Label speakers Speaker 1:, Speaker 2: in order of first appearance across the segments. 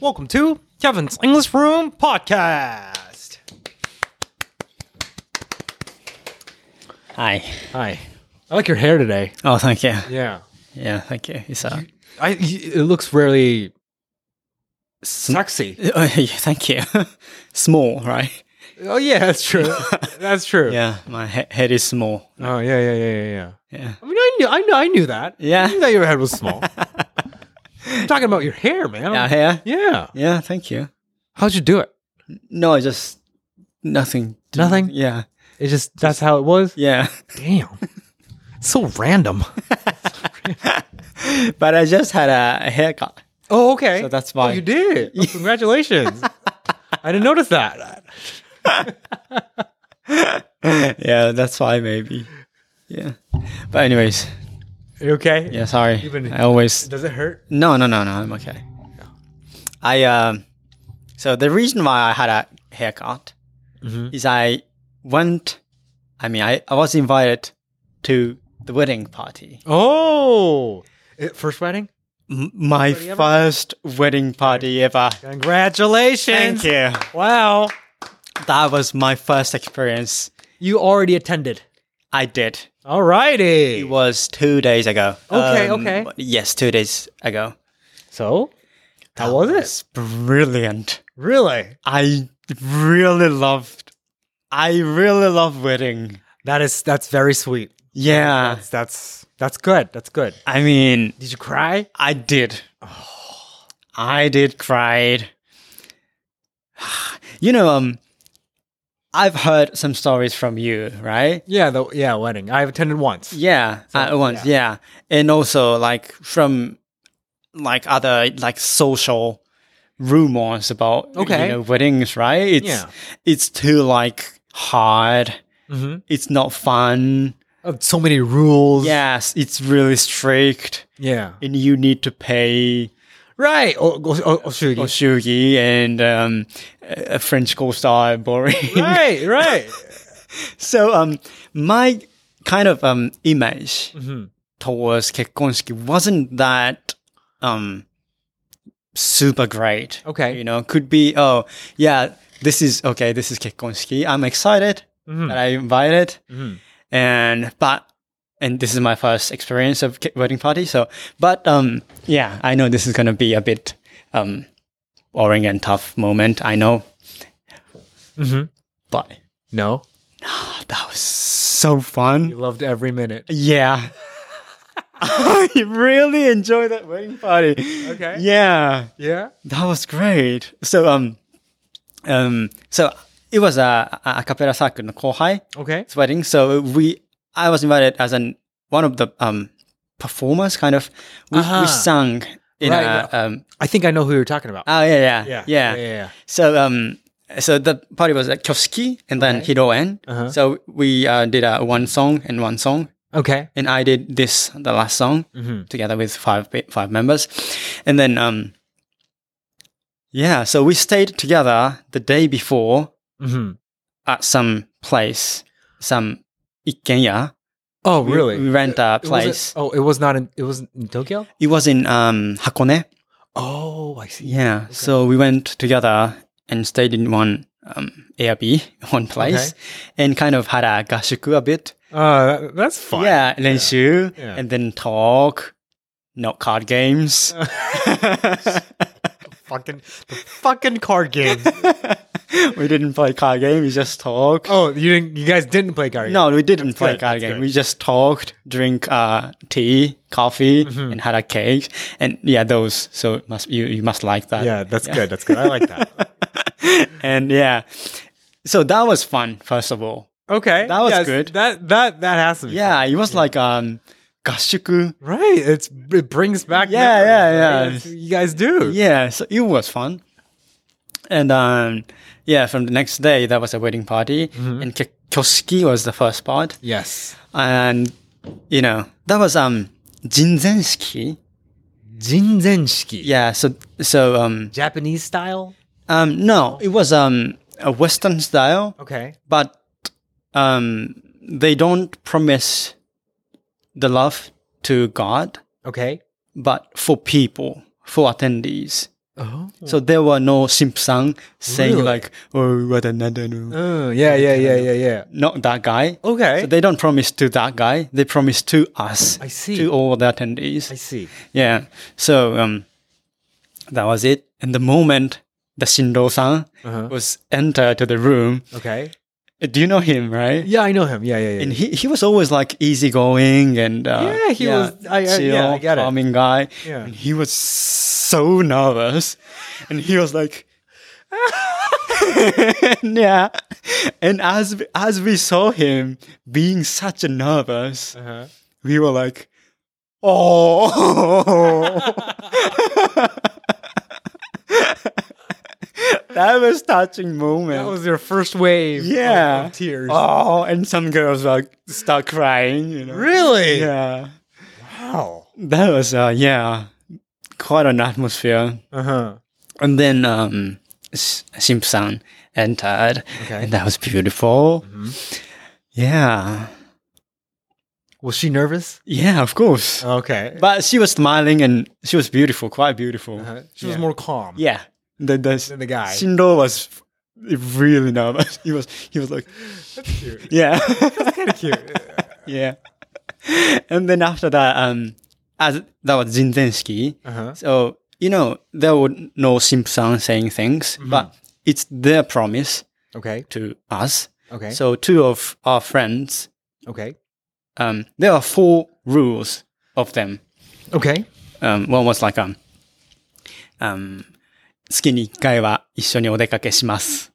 Speaker 1: Welcome to Kevin's English Room Podcast.
Speaker 2: Hi.
Speaker 1: Hi. I like your hair today.
Speaker 2: Oh, thank you.
Speaker 1: Yeah.
Speaker 2: Yeah, thank you. It's uh,
Speaker 1: I it looks really sexy.
Speaker 2: oh, yeah, thank you. small, right?
Speaker 1: Oh yeah, that's true. that's true.
Speaker 2: Yeah, my he- head is small.
Speaker 1: Oh yeah, yeah, yeah, yeah, yeah.
Speaker 2: Yeah.
Speaker 1: I mean, I knew, I knew, I knew that.
Speaker 2: Yeah.
Speaker 1: I knew that your head was small. I'm talking about your hair, man.
Speaker 2: Out here.
Speaker 1: Yeah.
Speaker 2: Yeah, thank you.
Speaker 1: How'd you do it?
Speaker 2: No, I just nothing. to-
Speaker 1: Nothing?
Speaker 2: Yeah.
Speaker 1: It just that's how it was.
Speaker 2: Yeah.
Speaker 1: Damn. It's so random.
Speaker 2: but I just had a, a haircut.
Speaker 1: Oh, okay.
Speaker 2: So that's
Speaker 1: Oh,
Speaker 2: why.
Speaker 1: you did. Oh, congratulations. I didn't notice that.
Speaker 2: yeah, that's why maybe. Yeah. But anyways,
Speaker 1: Are you okay?
Speaker 2: yeah, sorry.
Speaker 1: Even-
Speaker 2: I always
Speaker 1: Does it hurt?
Speaker 2: No, no, no, no. I'm okay. I um, so the reason why I had a haircut
Speaker 1: Mhm.
Speaker 2: is I went. I mean, I, I was invited to the wedding party.
Speaker 1: Oh, It- first wedding.
Speaker 2: M- my
Speaker 1: Party ever?
Speaker 2: first wedding party ever.
Speaker 1: Congratulations!
Speaker 2: Thank you.
Speaker 1: Wow,
Speaker 2: That was my first experience.
Speaker 1: you already attended.
Speaker 2: I did.
Speaker 1: Alrighty.
Speaker 2: It was two days ago. Um,
Speaker 1: Okay, okay.
Speaker 2: Yes, two days ago.
Speaker 1: So, how was it?
Speaker 2: It's brilliant.
Speaker 1: Really?
Speaker 2: I really loved. I really love wedding.
Speaker 1: That is that's very sweet.
Speaker 2: Yeah.
Speaker 1: That's that's that's good. That's good.
Speaker 2: I mean,
Speaker 1: Did you cry? Oh.
Speaker 2: I did. I did cried. You know, um, I've heard some stories from you, right?
Speaker 1: Yeah, the yeah wedding. I've attended once.
Speaker 2: Yeah, uh, once, yeah. and also like from like other like social rumors about
Speaker 1: Okay.
Speaker 2: you know, weddings, right? It's
Speaker 1: Yeah.
Speaker 2: it's too like hard.
Speaker 1: Mm-hmm.
Speaker 2: It's not fun.
Speaker 1: so many rules.
Speaker 2: Yes, it's really strict,
Speaker 1: Yeah.
Speaker 2: and you need to pay
Speaker 1: Right. Oh, oh, oh, oh, shoot.
Speaker 2: Oshugi and um, a French school style boring.
Speaker 1: Right. Right.
Speaker 2: so um, my kind of um, image towards Kekonski wasn't that um, super great.
Speaker 1: Okay.
Speaker 2: You know, could be, oh, yeah, this is, okay, this is Kekonski. I'm excited that I invited. And, but, and this is my first experience of ke- wedding party. So, but um, yeah, I know this is going to be a bit um, boring and tough moment. I know. But
Speaker 1: Mm-hmm. No.
Speaker 2: that was so fun.
Speaker 1: You loved every minute.
Speaker 2: Yeah. I really enjoyed that wedding party.
Speaker 1: Okay.
Speaker 2: Yeah.
Speaker 1: Yeah.
Speaker 2: That was great. So um um so it was a a a cappella circle no kohai
Speaker 1: Okay.
Speaker 2: wedding. So we I was invited as an one of the um performers kind of we,
Speaker 1: Uh-huh.
Speaker 2: we sang in
Speaker 1: Right,
Speaker 2: a, um
Speaker 1: I think I know who you're talking about.
Speaker 2: oh yeah yeah yeah.
Speaker 1: Uh, Yeah.
Speaker 2: So um so the party was at Kyoski and then Hiroen.
Speaker 1: Uh-huh.
Speaker 2: So we uh, did uh, one song and one song
Speaker 1: yeah. Okay. Mm-hmm.
Speaker 2: and I did this the last song together with five pe- five members, and then um, yeah, so we stayed together the day before
Speaker 1: Mm-hmm.
Speaker 2: at some place, some ikkenya.
Speaker 1: Oh,
Speaker 2: We-
Speaker 1: really?
Speaker 2: we rent a
Speaker 1: It wasn't-
Speaker 2: place.
Speaker 1: oh, it was not in. It was in Tokyo.
Speaker 2: It was in um Hakone.
Speaker 1: Oh, I see.
Speaker 2: Yeah, so we went together and stayed in one um Airbnb, one place, and kind of had a gashuku a bit.
Speaker 1: Uh, that- that's fun.
Speaker 2: Yeah, lenshu,
Speaker 1: Yeah.
Speaker 2: and then talk, not card games.
Speaker 1: Fucking the fucking card games.
Speaker 2: we didn't play card game. We just talked.
Speaker 1: oh, you didn't. You guys didn't play card games.
Speaker 2: No, we didn't play
Speaker 1: good,
Speaker 2: card
Speaker 1: that's
Speaker 2: game.
Speaker 1: good.
Speaker 2: We just talked, drink uh, tea, coffee,
Speaker 1: Mm-hmm.
Speaker 2: and had a cake. And yeah, those. So must you you must like that.
Speaker 1: Yeah, that's good. That's good. I like that.
Speaker 2: And yeah, so that was fun. First of all,
Speaker 1: Okay,
Speaker 2: That was good.
Speaker 1: That that that has to be.
Speaker 2: yeah, it was like um, gashuku.
Speaker 1: Right. It's it brings back.
Speaker 2: Yeah,
Speaker 1: memories,
Speaker 2: yeah,
Speaker 1: right?
Speaker 2: yeah.
Speaker 1: That's what you guys do.
Speaker 2: Yeah, so it was fun. And um, yeah, from the next day, there was a wedding party,
Speaker 1: Mm-hmm.
Speaker 2: and Ki- Kyoski was the first part.
Speaker 1: Yes.
Speaker 2: and you know that was um jinzenshiki
Speaker 1: Jinzenshiki.
Speaker 2: yeah so so um
Speaker 1: Japanese style.
Speaker 2: um no it was um a western style
Speaker 1: Okay.
Speaker 2: but um they don't promise the love to god
Speaker 1: Okay.
Speaker 2: but for people for attendees
Speaker 1: Oh.
Speaker 2: So there were no simpsang saying
Speaker 1: Really?
Speaker 2: like oh what another no.
Speaker 1: Uh, yeah, yeah, yeah, yeah, yeah.
Speaker 2: not that guy.
Speaker 1: Okay.
Speaker 2: So they don't promise to that guy. They promise to us.
Speaker 1: I see.
Speaker 2: To all the attendees.
Speaker 1: I see.
Speaker 2: Yeah. So um, that was it. And the moment the Shindo-san
Speaker 1: Uh-huh.
Speaker 2: was entered to the room,
Speaker 1: Okay.
Speaker 2: uh, do you know him, right?
Speaker 1: Yeah, I know him. Yeah, yeah, yeah.
Speaker 2: And he, he was always like easygoing and uh,
Speaker 1: Yeah, he was- I- I- yeah, I get it.
Speaker 2: calming guy.
Speaker 1: Yeah.
Speaker 2: And he was so nervous, and he was like, yeah. And as we- as we saw him being such a nervous,
Speaker 1: uh-huh.
Speaker 2: we were like, oh. that was touching moment.
Speaker 1: That was your first wave. of-
Speaker 2: Yeah.
Speaker 1: of tears.
Speaker 2: Oh, and some girls like start crying, you know.
Speaker 1: really?
Speaker 2: Yeah.
Speaker 1: Wow.
Speaker 2: That was uh yeah, quite an atmosphere.
Speaker 1: Uh huh.
Speaker 2: And then um S- Simpson entered.
Speaker 1: Okay. Mm-hmm.
Speaker 2: And that was beautiful. Yeah.
Speaker 1: Was she nervous?
Speaker 2: Yeah, of course.
Speaker 1: Okay.
Speaker 2: but she was smiling and she was beautiful, quite beautiful.
Speaker 1: Uh-huh. She was
Speaker 2: Yeah.
Speaker 1: more calm
Speaker 2: Yeah. The the,
Speaker 1: than the guy.
Speaker 2: Shindo was really nervous. He was he was like
Speaker 1: cute.
Speaker 2: yeah.
Speaker 1: kind of cute.
Speaker 2: yeah. And then after that, um, as that was Zinzensky.
Speaker 1: Uh huh.
Speaker 2: So you know there would no Simpson saying things, but it's their promise
Speaker 1: Okay.
Speaker 2: to us.
Speaker 1: Okay.
Speaker 2: So two of our friends,
Speaker 1: okay.
Speaker 2: um, there are four rules of them.
Speaker 1: Okay.
Speaker 2: Um, one was like um, um, 月に一回は一緒にお出かけします。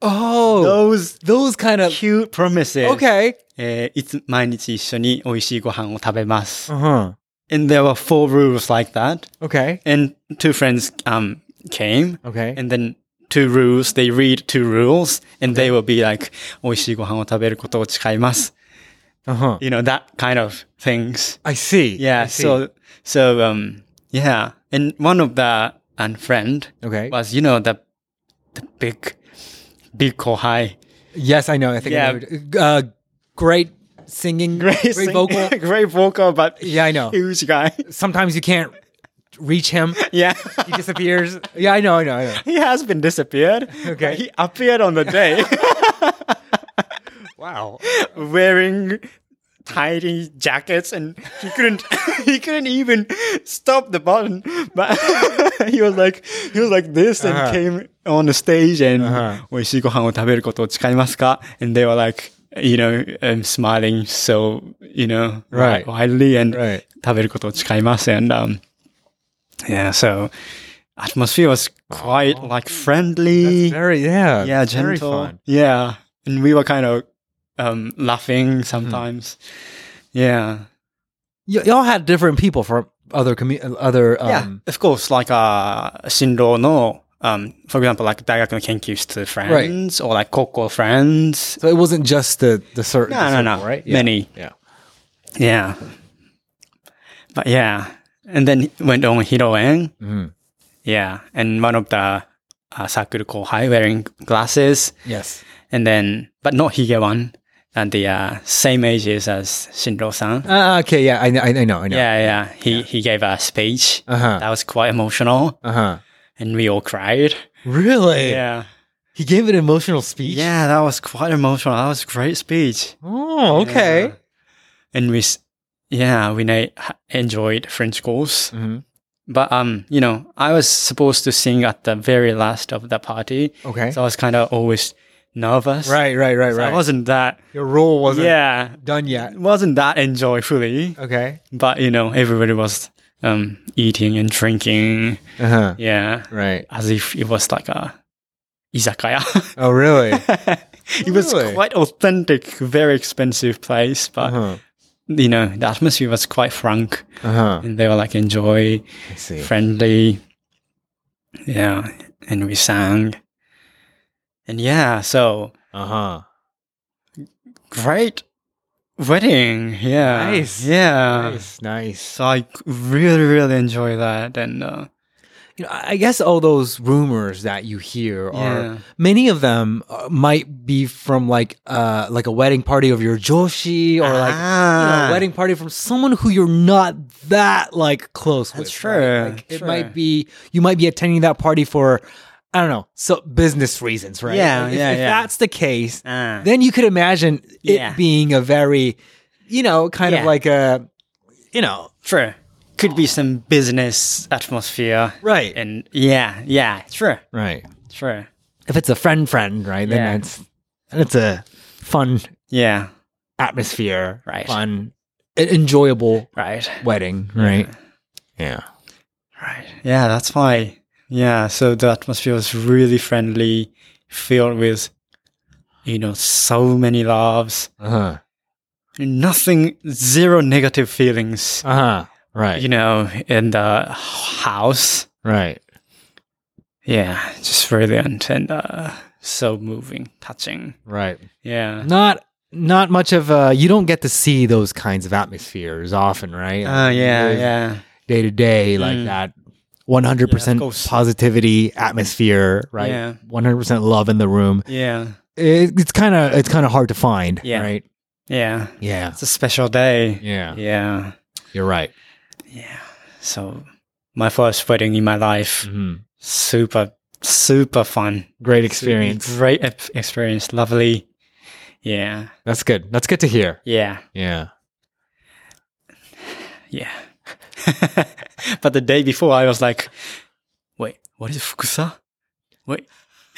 Speaker 1: Oh, those,
Speaker 2: Those
Speaker 1: kind of.
Speaker 2: cute promises.
Speaker 1: Okay.
Speaker 2: Uh, えー、いつ毎日一緒に美味しいご飯を食べます。
Speaker 1: Uh huh.
Speaker 2: And there were four rules like that.
Speaker 1: Okay.
Speaker 2: And two friends um, came,
Speaker 1: Okay.
Speaker 2: and then two rules, they read two rules, and they will be like, 美味しいご飯を食べることを誓います.
Speaker 1: Uh huh.
Speaker 2: You know, that kind of things.
Speaker 1: I see.
Speaker 2: Yeah,
Speaker 1: I see.
Speaker 2: so, so, um, yeah. And one of the um, friend
Speaker 1: Okay.
Speaker 2: was, you know, the, the big, big kohai.
Speaker 1: yes, I know. I think. I know
Speaker 2: Yeah.
Speaker 1: who it- uh, great singing. Great,
Speaker 2: sing-
Speaker 1: vocal.
Speaker 2: great vocal, but
Speaker 1: Yeah, I know.
Speaker 2: huge guy.
Speaker 1: Sometimes you can't reach him.
Speaker 2: Yeah.
Speaker 1: He disappears. yeah, I know. I know. I know.
Speaker 2: he has been disappeared.
Speaker 1: Okay.
Speaker 2: but He appeared on the day
Speaker 1: Wow.
Speaker 2: wearing tiny jackets and he couldn't he couldn't even stop the button but he was like he was like this and
Speaker 1: Uh-huh.
Speaker 2: came on the stage and
Speaker 1: Uh-huh.
Speaker 2: 美味しいご飯を食べることを誓いますか? and they were like you know um, smiling so you know
Speaker 1: Right.
Speaker 2: widely and
Speaker 1: Right.
Speaker 2: 食べることを誓います and um yeah so atmosphere was quite like friendly
Speaker 1: Very. Yeah.
Speaker 2: yeah,
Speaker 1: very
Speaker 2: gentle.
Speaker 1: fun.
Speaker 2: Yeah, and we were kind of um,
Speaker 1: Hmm.
Speaker 2: laughing sometimes. Yeah,
Speaker 1: Y- y'all had different people from other commu- other um,
Speaker 2: yeah. Of course, like uh, Shindo no, um, for example, like 大学の研究室 friends or like Koko friends.
Speaker 1: So it wasn't just the the certain.
Speaker 2: No, no, no.
Speaker 1: circle, Right?
Speaker 2: Many.
Speaker 1: Yeah.
Speaker 2: Yeah, but yeah, and then went on Hiroen.
Speaker 1: Mhm.
Speaker 2: Yeah, and one of the uh, circle kohai wearing glasses.
Speaker 1: Yes.
Speaker 2: and then but not Hige one and the uh, same ages as Shindo san.
Speaker 1: Uh, okay. Yeah. I, kn- I, I know. I know.
Speaker 2: Yeah, yeah. He he gave a speech
Speaker 1: Uh huh.
Speaker 2: that was quite emotional,
Speaker 1: Uh huh.
Speaker 2: and we all cried.
Speaker 1: Really?
Speaker 2: Yeah,
Speaker 1: He gave an emotional speech.
Speaker 2: yeah. That was quite emotional. That was a great speech.
Speaker 1: Oh, okay.
Speaker 2: And we, s- yeah, we na- ha- enjoyed French course.
Speaker 1: Mhm.
Speaker 2: But um, you know, I was supposed to sing at the very last of the party,
Speaker 1: Okay.
Speaker 2: so I was kind of always nervous.
Speaker 1: right. Right. Right.
Speaker 2: So
Speaker 1: Right.
Speaker 2: I wasn't that.
Speaker 1: Your role wasn't
Speaker 2: Yeah.
Speaker 1: done yet.
Speaker 2: Wasn't that enjoyfully.
Speaker 1: Okay.
Speaker 2: but you know everybody was um eating and drinking
Speaker 1: Uh huh.
Speaker 2: yeah
Speaker 1: Right.
Speaker 2: as if it was like a izakaya
Speaker 1: Oh, really?
Speaker 2: it was
Speaker 1: Really?
Speaker 2: quite authentic very expensive place but
Speaker 1: Uh-huh.
Speaker 2: you know the atmosphere was quite frank
Speaker 1: Uh-huh.
Speaker 2: and they were like enjoy
Speaker 1: I see.
Speaker 2: friendly yeah and we sang and yeah so
Speaker 1: Uh-huh.
Speaker 2: great wedding yeah
Speaker 1: Nice.
Speaker 2: yeah
Speaker 1: Nice. Nice.
Speaker 2: so i really really enjoy that and uh
Speaker 1: you know, I I guess all those rumors that you hear are
Speaker 2: Yeah.
Speaker 1: many of them uh, might be from like uh like a wedding party of your joshi or like you know, a
Speaker 2: Ah.
Speaker 1: wedding party from someone who you're not that like close with.
Speaker 2: That's true,
Speaker 1: right? Like, it
Speaker 2: true.
Speaker 1: might be you might be attending that party for I don't know, so business reasons, right?
Speaker 2: Yeah,
Speaker 1: Like, if,
Speaker 2: yeah,
Speaker 1: if
Speaker 2: yeah.
Speaker 1: that's the case,
Speaker 2: Ah.
Speaker 1: then you could imagine it
Speaker 2: Yeah.
Speaker 1: being a very, you know, kind of
Speaker 2: Yeah.
Speaker 1: like a, you know,
Speaker 2: True. Could be some business atmosphere.
Speaker 1: Right.
Speaker 2: And yeah, yeah, true,
Speaker 1: right.
Speaker 2: true.
Speaker 1: If it's a friend friend, right?
Speaker 2: Yeah.
Speaker 1: Then it's it's a fun
Speaker 2: Yeah,
Speaker 1: atmosphere,
Speaker 2: Right.
Speaker 1: Fun, e- enjoyable
Speaker 2: right,
Speaker 1: wedding, right? Yeah.
Speaker 2: right. Yeah, that's why. Yeah, so the atmosphere was really friendly, filled with, you know, so many loves,
Speaker 1: Uh huh.
Speaker 2: nothing, zero negative feelings,
Speaker 1: Uh huh. Right.
Speaker 2: you know, in the house.
Speaker 1: right.
Speaker 2: Yeah, just brilliant and uh, so moving, touching.
Speaker 1: Right.
Speaker 2: Yeah.
Speaker 1: Not not much of a. You don't get to see those kinds of atmospheres often, right?
Speaker 2: Oh, yeah, yeah.
Speaker 1: Day to day, like
Speaker 2: Mm.
Speaker 1: that. 100%
Speaker 2: Yeah, of course.
Speaker 1: positivity atmosphere, right?
Speaker 2: Yeah.
Speaker 1: 100% love in the room.
Speaker 2: Yeah.
Speaker 1: It, it's kind of it's kind of hard to find,
Speaker 2: Yeah.
Speaker 1: right?
Speaker 2: Yeah.
Speaker 1: Yeah.
Speaker 2: It's a special day.
Speaker 1: Yeah.
Speaker 2: Yeah.
Speaker 1: You're right.
Speaker 2: So my first wedding in my life.
Speaker 1: Mhm.
Speaker 2: Super, super fun.
Speaker 1: Great
Speaker 2: Great ep- experience. Lovely. Yeah.
Speaker 1: That's good. That's good to hear.
Speaker 2: Yeah.
Speaker 1: Yeah.
Speaker 2: Yeah. but the day before I was like, wait, what is Fukusa? Wait.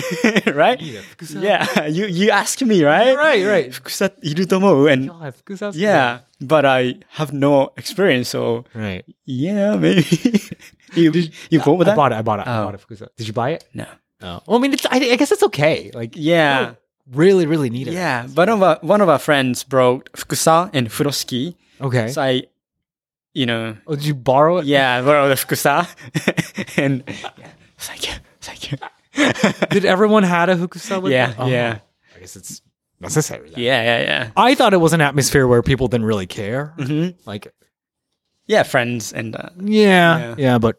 Speaker 2: right? Yeah. You you asked me, right?
Speaker 1: Right, right.
Speaker 2: Fukusa irutomo and yeah, but I have no experience, so
Speaker 1: Right.
Speaker 2: yeah, maybe you you go with
Speaker 1: I
Speaker 2: that?
Speaker 1: bought it. I bought it. I
Speaker 2: Oh.
Speaker 1: bought it. Fukusa. Did you buy it?
Speaker 2: No.
Speaker 1: No. Well, I mean, it's, I, I guess it's okay. Like,
Speaker 2: Yeah.
Speaker 1: Oh, really, really needed.
Speaker 2: Yeah, but one of our, one of our friends brought fukusa and furoski.
Speaker 1: Okay.
Speaker 2: So I, you know,
Speaker 1: oh, did you borrow it?
Speaker 2: yeah, borrowed the fukusa, and yeah, thank you, thank you.
Speaker 1: Did everyone had a Fukusa with
Speaker 2: Yeah,
Speaker 1: them? Oh.
Speaker 2: yeah.
Speaker 1: I guess it's necessary. then.
Speaker 2: Yeah, yeah, yeah.
Speaker 1: I thought it was an atmosphere where people didn't really care.
Speaker 2: Mhm.
Speaker 1: Like,
Speaker 2: Yeah, friends and uh,
Speaker 1: yeah,
Speaker 2: Yeah.
Speaker 1: yeah, but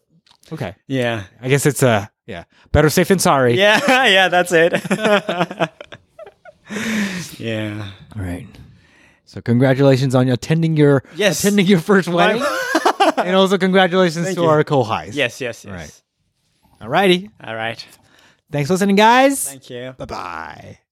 Speaker 1: okay.
Speaker 2: yeah,
Speaker 1: I guess it's uh, yeah, better safe than sorry.
Speaker 2: yeah, yeah. That's it. yeah.
Speaker 1: All right. So congratulations on attending your
Speaker 2: Yes.
Speaker 1: attending your first wedding, and also congratulations to
Speaker 2: you.
Speaker 1: our co-highs.
Speaker 2: Yes, yes, yes.
Speaker 1: Right. All righty.
Speaker 2: All right.
Speaker 1: Thanks for listening, guys.
Speaker 2: Thank you.
Speaker 1: Bye bye.